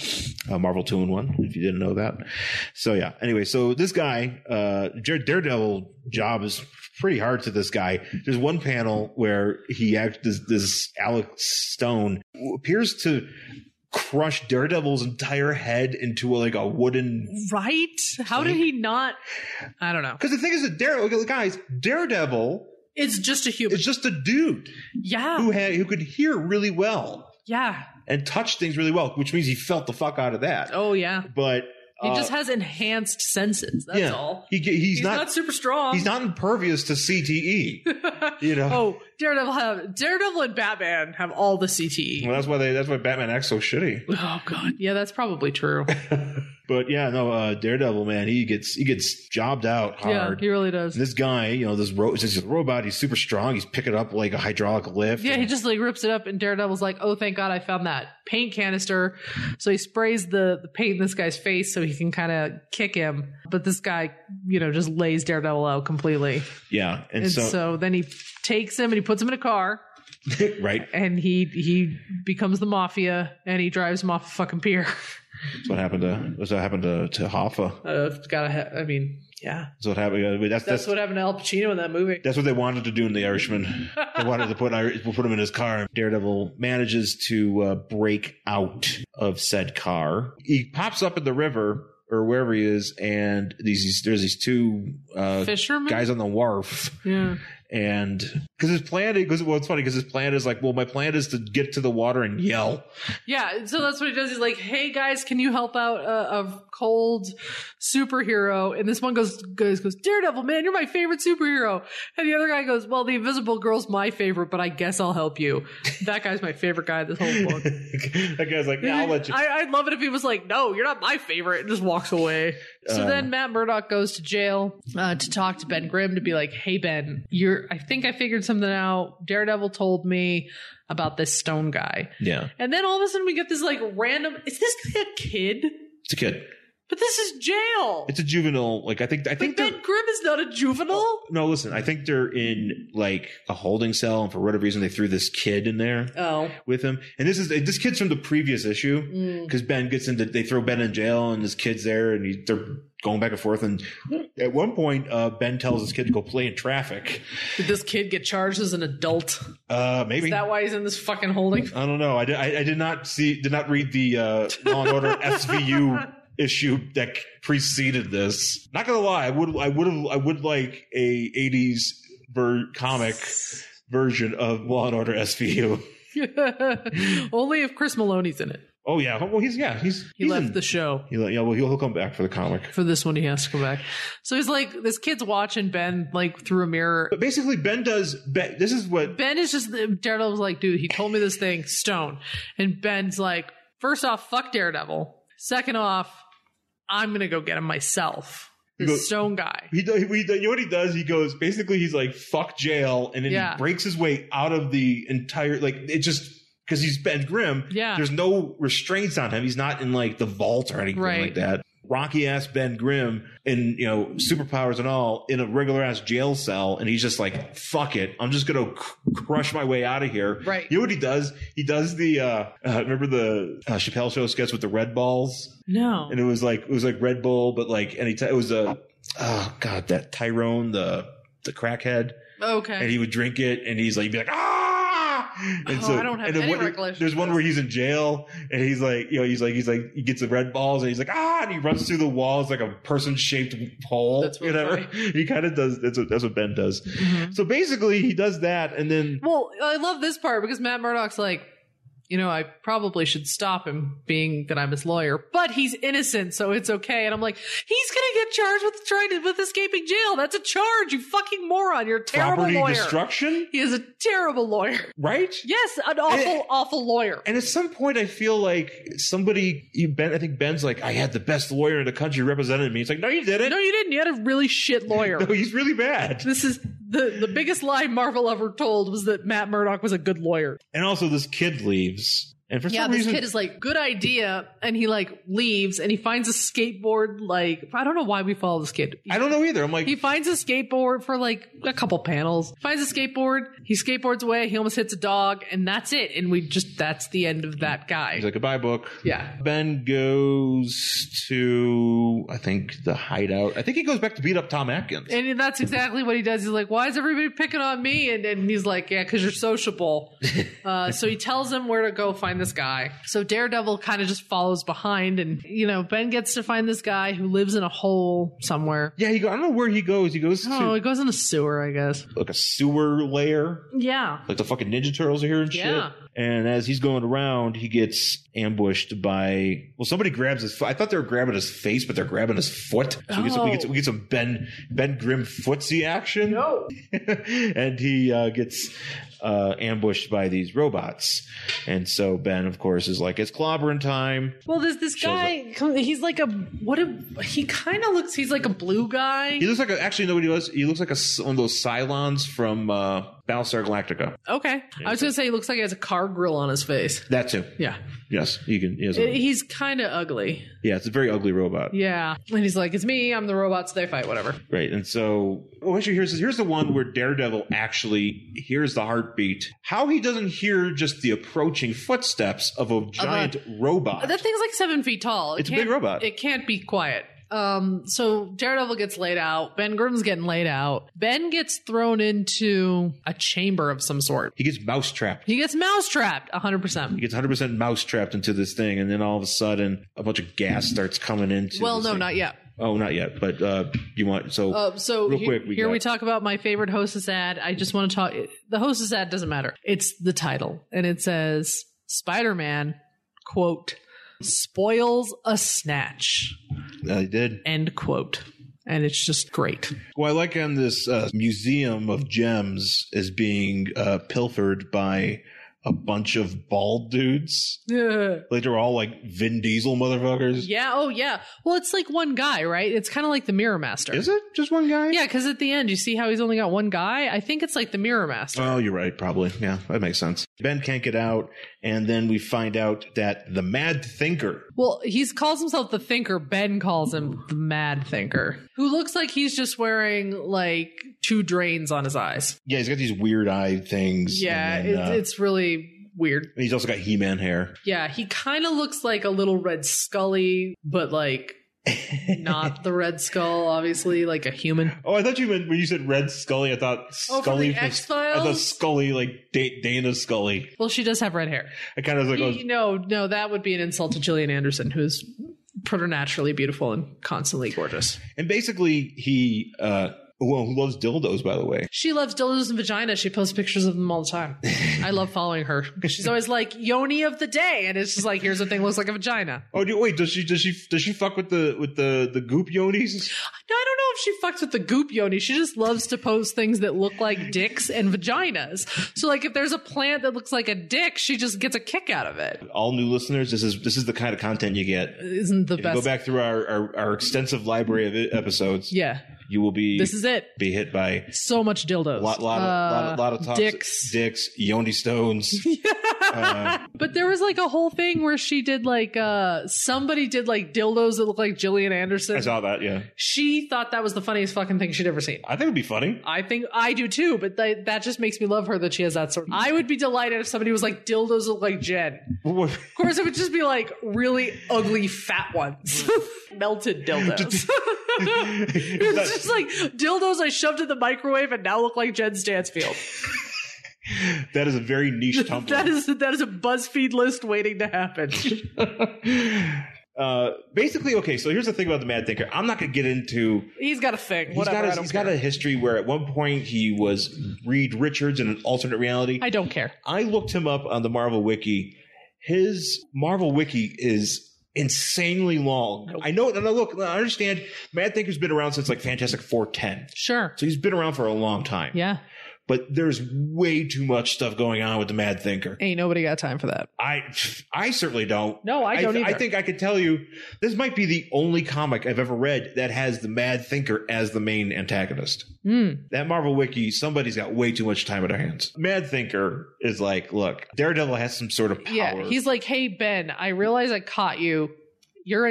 Speaker 2: uh, Marvel two and one. If you didn't know that, so yeah. Anyway, so this guy, uh, Jer- Daredevil job is pretty hard to this guy. There's one panel where he act this, this Alex Stone appears to crush Daredevil's entire head into like a wooden
Speaker 1: right? How did he not? I don't know.
Speaker 2: because the thing is that Daredevil guys, Daredevil
Speaker 1: It's just a human.
Speaker 2: is just a dude.
Speaker 1: yeah.
Speaker 2: who had who could hear really well
Speaker 1: Yeah.
Speaker 2: and touch things really well, which means he felt the fuck out of that.
Speaker 1: Oh yeah.
Speaker 2: But
Speaker 1: He
Speaker 2: uh,
Speaker 1: just has enhanced senses. That's
Speaker 2: yeah,
Speaker 1: all.
Speaker 2: He, ge- he's,
Speaker 1: He's
Speaker 2: not,
Speaker 1: not, super strong.
Speaker 2: he's not impervious to CTE. you know.
Speaker 1: Oh, Daredevil have Daredevil and Batman have all the CTE.
Speaker 2: Well, that's why they that's why Batman acts so shitty.
Speaker 1: Oh god. Yeah, that's probably true.
Speaker 2: But yeah, no, uh, Daredevil man, he gets he gets jobbed out
Speaker 1: yeah,
Speaker 2: hard.
Speaker 1: he really does.
Speaker 2: And this guy, you know, this ro- since he's a robot, he's super strong. He's picking up like a hydraulic lift.
Speaker 1: Yeah,
Speaker 2: and-
Speaker 1: he just like rips it up, and Daredevil's like, "Oh, thank God, I found that paint canister." So he sprays the, the paint in this guy's face so he can kind of kick him. But this guy, you know, just lays Daredevil out completely,
Speaker 2: yeah, and,
Speaker 1: and
Speaker 2: so,
Speaker 1: so then he takes him and he puts him in a car,
Speaker 2: right,
Speaker 1: and he he becomes the mafia, and he drives him off a fucking pier.
Speaker 2: that's what happened to that's what happened to to Hoffa.
Speaker 1: Uh, it's gotta. Ha- I mean, yeah,
Speaker 2: That's what happened. I mean, That's
Speaker 1: that's
Speaker 2: that's
Speaker 1: what happened to Al Pacino in that movie.
Speaker 2: That's what they wanted to do in The Irishman. They wanted to put Irish, put him in his car. Daredevil manages to uh, break out of said car. He pops up in the river or wherever he is, and these these- there's these two uh,
Speaker 1: Fisherman.
Speaker 2: guys on the wharf,
Speaker 1: yeah.
Speaker 2: And because his plan, because well, it's funny because his plan is like, well, my plan is to get to the water and yell.
Speaker 1: Yeah, so that's what he does. He's like, "Hey guys, can you help out a, a cold superhero?" And this one goes, goes, goes, "Daredevil, man, you're my favorite superhero." And the other guy goes, "Well, the Invisible Girl's my favorite, but I guess I'll help you." That guy's my favorite guy this whole book.
Speaker 2: that guy's like, yeah, I'll let you.
Speaker 1: I, would love it if he was like, "No, you're not my favorite," and just walks away. So
Speaker 2: Uh.
Speaker 1: then Matt Murdock goes to jail uh, to talk to Ben Grimm to be like, "Hey Ben, you're. I think I figured something out. Daredevil told me about this Stone guy."
Speaker 2: yeah,
Speaker 1: And then all of a sudden we get this like random is this guy a kid?
Speaker 2: it's a kid.
Speaker 1: But this is jail.
Speaker 2: It's a juvenile. Like I think I
Speaker 1: Like
Speaker 2: think
Speaker 1: Ben
Speaker 2: they're-
Speaker 1: Grimm is not a juvenile.
Speaker 2: no. Listen, I think they're in like a holding cell, and for whatever reason, they threw this kid in there.
Speaker 1: Oh.
Speaker 2: with him. And this is this kid's from the previous issue
Speaker 1: Mm.
Speaker 2: because Ben gets into they throw Ben in jail and this kid's there and he, they're going back and forth. And at one point, uh, Ben tells his kid to go play in traffic.
Speaker 1: Did this kid get charged as an adult?
Speaker 2: Uh, maybe
Speaker 1: Is that why he's in this fucking holding?
Speaker 2: I don't know. I did, I, I did not see did not read the uh, Law and Order SVU issue that preceded this. Not gonna lie, I would I would have I would like a '80s ver- comic version of Law and Order SVU.
Speaker 1: Only if Chris Maloney's in it.
Speaker 2: Oh yeah, well he's yeah he's
Speaker 1: He
Speaker 2: he's
Speaker 1: left
Speaker 2: in-
Speaker 1: the show.
Speaker 2: He, yeah, well, he'll he'll come back for the comic.
Speaker 1: For this one, he has to go back. So he's like, this kid's watching Ben like through a mirror.
Speaker 2: But basically, Ben does. Ben, this is what.
Speaker 1: Ben is just Daredevil's like, dude, he told me this thing, Stone. And Ben's like, first off, fuck Daredevil. Second off, I'm gonna go get him myself. This
Speaker 2: You go-
Speaker 1: Stone guy.
Speaker 2: He, do- he, do- you know what he does? He goes basically. He's like fuck jail, and then
Speaker 1: Yeah.
Speaker 2: he breaks his way out of the entire. Like it just because he's Ben Grimm.
Speaker 1: Yeah.
Speaker 2: There's no restraints on him. He's not in like the vault or anything
Speaker 1: Right.
Speaker 2: like that. Rocky ass Ben Grimm and you know superpowers and all in a regular ass jail cell, and he's just like fuck it. I'm just gonna cr- crush my way out of here.
Speaker 1: Right.
Speaker 2: You know what he does? He does the uh, uh remember the uh, Chappelle show sketch with the red balls.
Speaker 1: No.
Speaker 2: and it was like it was like Red Bull, but like any time it was a oh god that Tyrone the the crackhead, and
Speaker 1: Okay.
Speaker 2: he would drink it, and he's like he'd be like ah. And
Speaker 1: Oh, I don't have
Speaker 2: and then
Speaker 1: any
Speaker 2: one-
Speaker 1: recollection
Speaker 2: There's
Speaker 1: of
Speaker 2: one
Speaker 1: this.
Speaker 2: where he's in jail, and he's like you know he's like he's like he gets the red balls, and he's like ah, and he runs through the walls like a person shaped hole.
Speaker 1: That's
Speaker 2: you
Speaker 1: really
Speaker 2: know? He kind of does that's what that's what Ben does.
Speaker 1: Mm-hmm.
Speaker 2: So basically, he does that, and then
Speaker 1: Well, I love this part because Matt Murdock's like, you know, I probably should stop him being that I'm his lawyer, but he's innocent, so it's okay. And I'm like, he's gonna get charged with trying to with escaping jail. That's a charge, you fucking moron. You're a terrible
Speaker 2: property
Speaker 1: lawyer.
Speaker 2: destruction,
Speaker 1: he is a terrible lawyer.
Speaker 2: right?
Speaker 1: Yes, an awful,
Speaker 2: Eh.
Speaker 1: awful lawyer.
Speaker 2: And at some point, I feel like somebody, you Ben, I think Ben's like, I had the best lawyer in the country representing me. It's like, no, you didn't.
Speaker 1: No, you didn't. You had a really shit lawyer.
Speaker 2: No, he's really bad.
Speaker 1: This is the the biggest lie Marvel ever told was that Matt Murdock was a good lawyer.
Speaker 2: And also, this kid leaves, and for
Speaker 1: Yeah,
Speaker 2: some
Speaker 1: this
Speaker 2: reason,
Speaker 1: kid is like good idea, and he like leaves and he finds a skateboard. Like I don't know why we follow this kid.
Speaker 2: I don't know either. I'm like,
Speaker 1: He finds a skateboard for like a couple panels. Finds a skateboard. He skateboards away. He almost hits a dog, and that's it. And we just that's the end of that guy.
Speaker 2: he's like, goodbye, book.
Speaker 1: yeah.
Speaker 2: Ben goes to, I think, the hideout. I think he goes back to beat up Tom Atkins.
Speaker 1: And that's exactly what he does. He's like, "Why is everybody picking on me?" And, and he's like, "Yeah, because you're sociable." uh, so he tells him where to go find this guy. So Daredevil kind of just follows behind, and you know, Ben gets to find this guy who lives in a hole somewhere.
Speaker 2: yeah, he go, I don't know where he goes. He goes
Speaker 1: Oh,
Speaker 2: to
Speaker 1: it goes in a sewer, I guess.
Speaker 2: like a sewer layer,
Speaker 1: Yeah.
Speaker 2: like the fucking Ninja Turtles are here and
Speaker 1: Yeah.
Speaker 2: shit. And as he's going around, he gets ambushed by well, somebody grabs his. Fo- I thought they were grabbing his face, but they're grabbing his foot. So we, get some, we, get some, we get some Ben Ben Grimm footsie action. No, and he uh, gets uh, ambushed by these robots, and so Ben, of course, is like it's clobbering time.
Speaker 1: Well, there's this guy. He's like a what? A, he kind of looks. He's like a blue guy.
Speaker 2: He looks like a, actually nobody was. He looks like a s one of those Cylons from uh, Battlestar Galactica.
Speaker 1: Okay. I was gonna say he looks like he has a car grill on his face.
Speaker 2: That too.
Speaker 1: Yeah. Uh,
Speaker 2: Yes, you can. He has a-
Speaker 1: He's kind of ugly.
Speaker 2: yeah, it's a very ugly robot.
Speaker 1: Yeah. And he's like, it's me. I'm the robot, so they fight, whatever.
Speaker 2: Right. And so, well, actually, here's, here's the one where Daredevil actually hears the heartbeat. How he doesn't hear just the approaching footsteps of a giant robot.
Speaker 1: That thing's like seven feet tall. It
Speaker 2: It's a
Speaker 1: can't-
Speaker 2: big robot.
Speaker 1: It can't be quiet. Um, so Daredevil gets laid out. Ben Grimm's getting laid out. Ben gets thrown into a chamber of some sort.
Speaker 2: he gets mousetrapped.
Speaker 1: He gets mousetrapped 100%.
Speaker 2: He gets 100% mousetrapped into this thing. And then all of a sudden, a bunch of gas starts coming into
Speaker 1: Well,
Speaker 2: this
Speaker 1: no,
Speaker 2: thing.
Speaker 1: not yet.
Speaker 2: Oh, not yet. But uh, you want so
Speaker 1: Uh, so
Speaker 2: Real
Speaker 1: he-
Speaker 2: quick, we
Speaker 1: here
Speaker 2: got-
Speaker 1: we talk about my favorite hostess ad. I just want to talk. The hostess ad doesn't matter. It's the title, and it says Spider Man quote spoils a snatch
Speaker 2: I did.
Speaker 1: end quote, and it's just great.
Speaker 2: Well, I like on this uh, museum of gems is being uh, pilfered by a bunch of bald dudes.
Speaker 1: Yeah.
Speaker 2: Like they're all like Vin Diesel motherfuckers.
Speaker 1: Yeah. Oh yeah. Well, it's like one guy, right? It's kind of like the Mirror Master.
Speaker 2: Is it just one guy?
Speaker 1: Yeah, because at the end you see how he's only got one guy. I think it's like the Mirror Master.
Speaker 2: Oh, you're right. Probably. Yeah, that makes sense. Ben can't get out, and then we find out that the Mad Thinker.
Speaker 1: Well, he calls himself the Thinker. Ben calls him the Mad Thinker, who looks like he's just wearing like two drains on his eyes.
Speaker 2: Yeah, he's got these weird eye things.
Speaker 1: Yeah,
Speaker 2: and then,
Speaker 1: it,
Speaker 2: uh,
Speaker 1: it's really weird.
Speaker 2: and he's also got He-Man hair.
Speaker 1: Yeah, he kind of looks like a little Red Scully, but like not the Red Skull, obviously, like a human.
Speaker 2: Oh, I thought you meant when you said Red Scully. I thought
Speaker 1: Oh, from
Speaker 2: Scully.
Speaker 1: the
Speaker 2: from-
Speaker 1: X-Files?
Speaker 2: I thought Scully like Da- Dana Scully.
Speaker 1: Well, she does have red hair.
Speaker 2: I kind of was like, oh,
Speaker 1: He- no, no, that would be an insult to Gillian Anderson, who's preternaturally beautiful and constantly gorgeous.
Speaker 2: oh. and basically he, uh, well, who loves dildos, by the way.
Speaker 1: She loves dildos and vaginas. She posts pictures of them all the time. I love following her. She's always like yoni of the day, and it's just like here's a thing looks like a vagina.
Speaker 2: Oh, do, wait, does she does she does she fuck with the with the the goop yonis?
Speaker 1: No, I don't know if she fucks with the goop yoni. She just loves to post things that look like dicks and vaginas. So like if there's a plant that looks like a dick, she just gets a kick out of it.
Speaker 2: All new listeners, this is this is the kind of content you get. If
Speaker 1: Isn't the
Speaker 2: you go
Speaker 1: best?
Speaker 2: back through our our, our extensive library of i- episodes,
Speaker 1: yeah,
Speaker 2: you will be
Speaker 1: this is it.
Speaker 2: be hit by
Speaker 1: So much dildos. Uh,
Speaker 2: a lot lot of, lot, of- lot of toxic
Speaker 1: dicks.
Speaker 2: dicks yoni stones.
Speaker 1: But there was like a whole thing where she did like uh somebody did like dildos that look like Gillian Anderson.
Speaker 2: I saw that. Yeah,
Speaker 1: She thought that was the funniest fucking thing she'd ever seen.
Speaker 2: I think it'd be funny.
Speaker 1: I think I do too, but th- that just makes me love her that she has that sort. Of- I would be delighted if somebody was like dildos look like Jen. Of course, it would just be like really ugly fat ones, melted dildos. it's just like dildos I shoved in the microwave and now look like Jen Stansfield.
Speaker 2: That is a very niche Tumblr.
Speaker 1: That is that is a BuzzFeed list waiting to happen.
Speaker 2: uh, basically, okay. So here's the thing about the Mad Thinker. I'm not going to get into.
Speaker 1: He's got a thing.
Speaker 2: He's
Speaker 1: Whatever.
Speaker 2: got,
Speaker 1: I
Speaker 2: a,
Speaker 1: don't
Speaker 2: he's
Speaker 1: care.
Speaker 2: got a history where at one point he was Reed Richards in an alternate reality.
Speaker 1: I don't care.
Speaker 2: I looked him up on the Marvel Wiki. His Marvel Wiki is insanely long. I know. And I look, I understand. Mad Thinker's been around since like Fantastic Four ten,
Speaker 1: Sure.
Speaker 2: so he's been around for a long time.
Speaker 1: Yeah.
Speaker 2: But there's way too much stuff going on with the Mad Thinker.
Speaker 1: Ain't nobody got time for that.
Speaker 2: I I certainly don't.
Speaker 1: No, I don't
Speaker 2: I
Speaker 1: either.
Speaker 2: think I could tell you this might be the only comic I've ever read that has the Mad Thinker as the main antagonist.
Speaker 1: Hmm.
Speaker 2: That Marvel Wiki, somebody's got way too much time on their hands. Mad Thinker is like, look, Daredevil has some sort of power.
Speaker 1: Yeah, he's like, hey, Ben, I realize I caught you. You're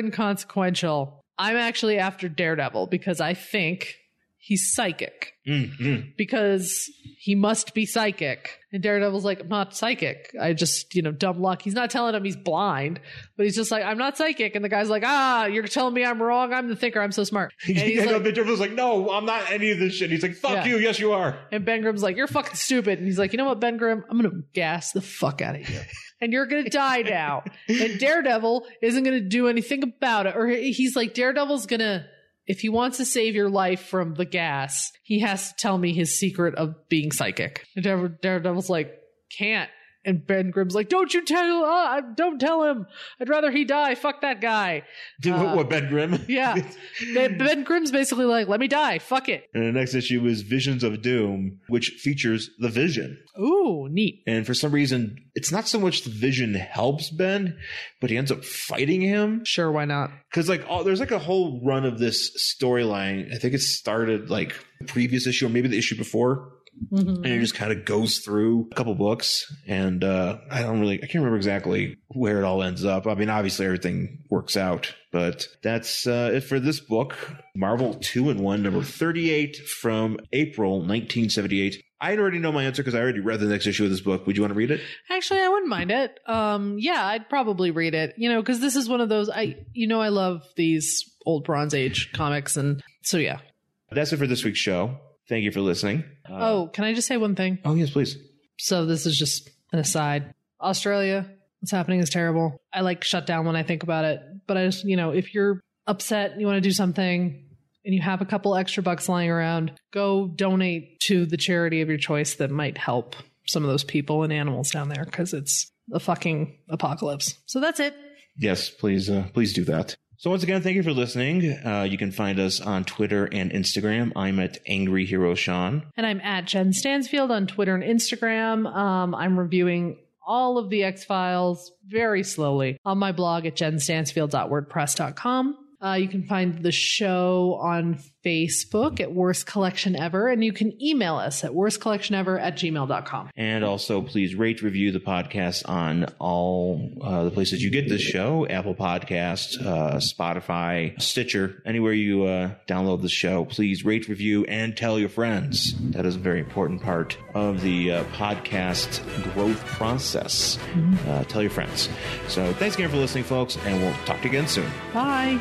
Speaker 1: inconsequential. I'm actually after Daredevil because I think he's psychic.
Speaker 2: Mm, mm.
Speaker 1: Because he must be psychic. And Daredevil's like, I'm not psychic. I just, you know, dumb luck. He's not telling him he's blind, but he's just like, I'm not psychic. And the guy's like, ah, you're telling me I'm wrong. I'm the thinker. I'm so smart. And,
Speaker 2: Yeah,
Speaker 1: he's
Speaker 2: no,
Speaker 1: like,
Speaker 2: the Daredevil's like, no, I'm not any of this shit. He's like, fuck
Speaker 1: Yeah.
Speaker 2: you, yes you are.
Speaker 1: and Ben Grimm's like, you're fucking stupid. And he's like, you know what, Ben Grimm? I'm going to gas the fuck out of you. and you're gonna die now. and Daredevil isn't gonna do anything about it. Or he- he's like, Daredevil's gonna, if he wants to save your life from the gas, he has to tell me his secret of being psychic. And Dare- Daredevil's like, can't. And Ben Grimm's like, don't you tell, uh, don't tell him. I'd rather he die. Fuck that guy.
Speaker 2: Dude, what, what, Ben Grimm?
Speaker 1: Uh, Yeah. They- ben Grimm's basically like, let me die. Fuck it.
Speaker 2: And the next issue is Visions of Doom, which features the Vision.
Speaker 1: Ooh, neat.
Speaker 2: And for some reason, it's not so much the vision helps Ben, but he ends up fighting him.
Speaker 1: Sure, why not?
Speaker 2: Cause like, all, there's like a whole run of this storyline. I think it started like the previous issue or maybe the issue before. And it just kind of goes through a couple books. And, uh, I don't really, I can't remember exactly where it all ends up. I mean, obviously everything works out, but that's, uh, it for this book. Marvel 2 and 1, number 38 from April 1978. I already know my answer because I already read the next issue of this book. Would you want to read it?
Speaker 1: Actually, I wouldn't mind it. Um, yeah, I'd probably read it. You know, because this is one of those. I, you know, I love these old Bronze Age comics, and so yeah.
Speaker 2: That's it for this week's show. Thank you for listening. Uh,
Speaker 1: oh, can I just say one thing?
Speaker 2: oh yes, please.
Speaker 1: So this is just an aside. Australia, what's happening is terrible. I like shut down when I think about it, but I just, you know, if you're upset and you want to do something and you have a couple extra bucks lying around, go donate to the charity of your choice that might help some of those people and animals down there because it's a fucking apocalypse. So that's it.
Speaker 2: yes, please, uh, please do that. So once again, thank you for listening. Uh, you can find us on Twitter and Instagram. I'm at Angry Hero Sean.
Speaker 1: And I'm at Jen Stansfield on Twitter and Instagram. Um, I'm reviewing all of the X Files very slowly on my blog at jenstansfield.wordpress.com. Uh, you can find the show on Facebook at Worst Collection Ever, and you can email us at worstcollectionever at gmail.com.
Speaker 2: And also, please rate, review the podcast on all uh, the places you get this show Apple Podcast, uh, Spotify, Stitcher, anywhere you uh, download the show. Please rate, review, and tell your friends. That is a very important part of the uh, podcast growth process. Uh, tell your friends. So, thanks again for listening, folks, and we'll talk to you again soon.
Speaker 1: Bye.